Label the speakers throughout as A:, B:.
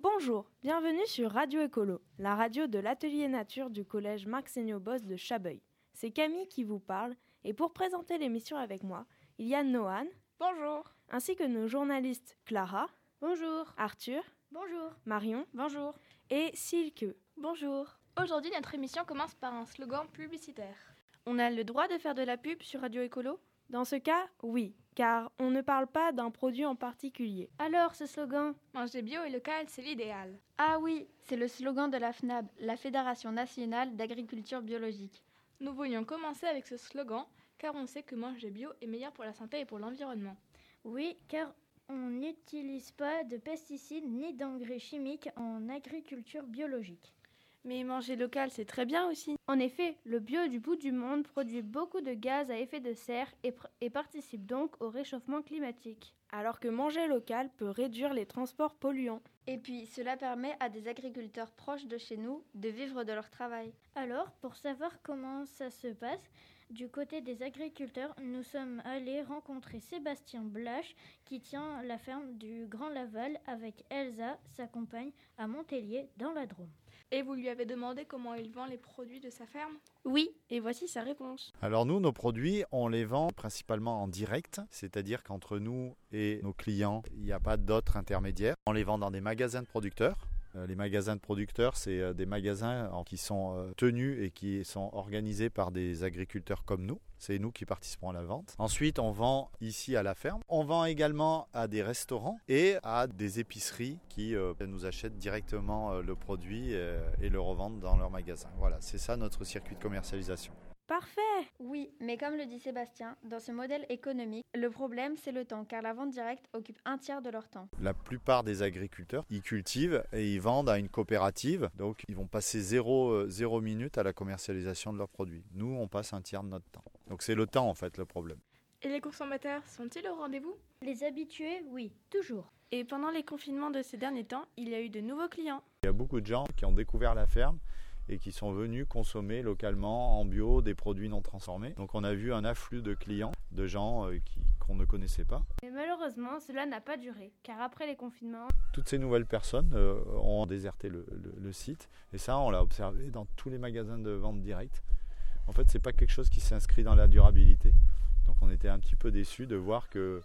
A: Bonjour, bienvenue sur Radio Écolo, la radio de l'atelier nature du collège Marc Boss de Chabeuil. C'est Camille qui vous parle et pour présenter l'émission avec moi, il y a Noan
B: Bonjour.
A: ainsi que nos journalistes Clara,
B: Bonjour.
A: Arthur,
B: Bonjour.
A: Marion
B: Bonjour.
A: et Silke.
B: Bonjour. Aujourd'hui, notre émission commence par un slogan publicitaire. On a le droit de faire de la pub sur Radio Écolo
A: Dans ce cas, oui, car on ne parle pas d'un produit en particulier.
C: Alors, ce slogan
B: Manger bio et local, c'est l'idéal.
C: Ah oui, c'est le slogan de la FNAB, la Fédération nationale d'agriculture biologique.
B: Nous voulions commencer avec ce slogan car on sait que manger bio est meilleur pour la santé et pour l'environnement.
D: Oui, car on n'utilise pas de pesticides ni d'engrais chimiques en agriculture biologique.
B: Mais manger local, c'est très bien aussi.
E: En effet, le bio du bout du monde produit beaucoup de gaz à effet de serre et, pr- et participe donc au réchauffement climatique.
A: Alors que manger local peut réduire les transports polluants.
C: Et puis, cela permet à des agriculteurs proches de chez nous de vivre de leur travail.
D: Alors, pour savoir comment ça se passe, du côté des agriculteurs, nous sommes allés rencontrer Sébastien Blache, qui tient la ferme du Grand Laval avec Elsa, sa compagne, à Montélier, dans la Drôme.
B: Et vous lui avez demandé comment il vend les produits de sa ferme
F: Oui, et voici sa réponse.
G: Alors nous, nos produits, on les vend principalement en direct, c'est-à-dire qu'entre nous et nos clients, il n'y a pas d'autres intermédiaires. On les vend dans des magasins de producteurs. Euh, Les magasins de producteurs, c'est euh, des magasins en- qui sont euh, tenus et qui sont organisés par des agriculteurs comme nous. C'est nous qui participons à la vente. Ensuite, on vend ici à la ferme. On vend également à des restaurants et à des épiceries qui euh, nous achètent directement euh, le produit euh, et le revendent dans leurs magasins. Voilà, c'est ça notre circuit de commercialisation.
A: Parfait
C: Oui, mais comme le dit Sébastien, dans ce modèle économique, le problème c'est le temps, car la vente directe occupe un tiers de leur temps.
G: La plupart des agriculteurs, ils cultivent et ils vendent à une coopérative. Donc, ils vont passer 0, 0 minute à la commercialisation de leurs produits. Nous, on passe un tiers de notre temps. Donc, c'est le temps, en fait, le problème.
B: Et les consommateurs sont-ils au rendez-vous
D: Les habitués, oui, toujours.
F: Et pendant les confinements de ces derniers temps, il y a eu de nouveaux clients.
G: Il y a beaucoup de gens qui ont découvert la ferme et qui sont venus consommer localement, en bio, des produits non transformés. Donc, on a vu un afflux de clients, de gens euh, qui- qu'on ne connaissait pas.
E: Mais malheureusement, cela n'a pas duré, car après les confinements,
G: Toutes ces nouvelles personnes euh, ont déserté le, le- le site. Et ça, on l'a observé dans tous les magasins de vente directe. En fait, c'est pas quelque chose qui s'inscrit dans la durabilité. Donc, on était un petit peu déçus de voir que,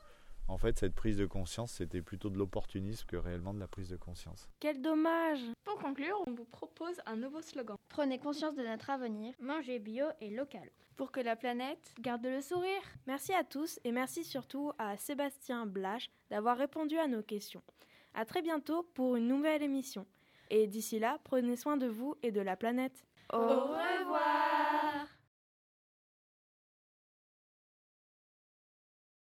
G: en fait, cette prise de conscience, c'était plutôt de l'opportunisme que réellement de la prise de conscience.
A: Quel dommage
B: Pour conclure, on vous propose un nouveau slogan.
C: Prenez conscience de notre avenir.
D: Manger bio et local.
F: Pour que la planète...
E: garde le sourire.
A: Merci à tous et merci surtout à Sébastien Blache d'avoir répondu à nos questions. À très bientôt pour une nouvelle émission. Et d'ici là, prenez soin de vous et de la planète.
B: revoir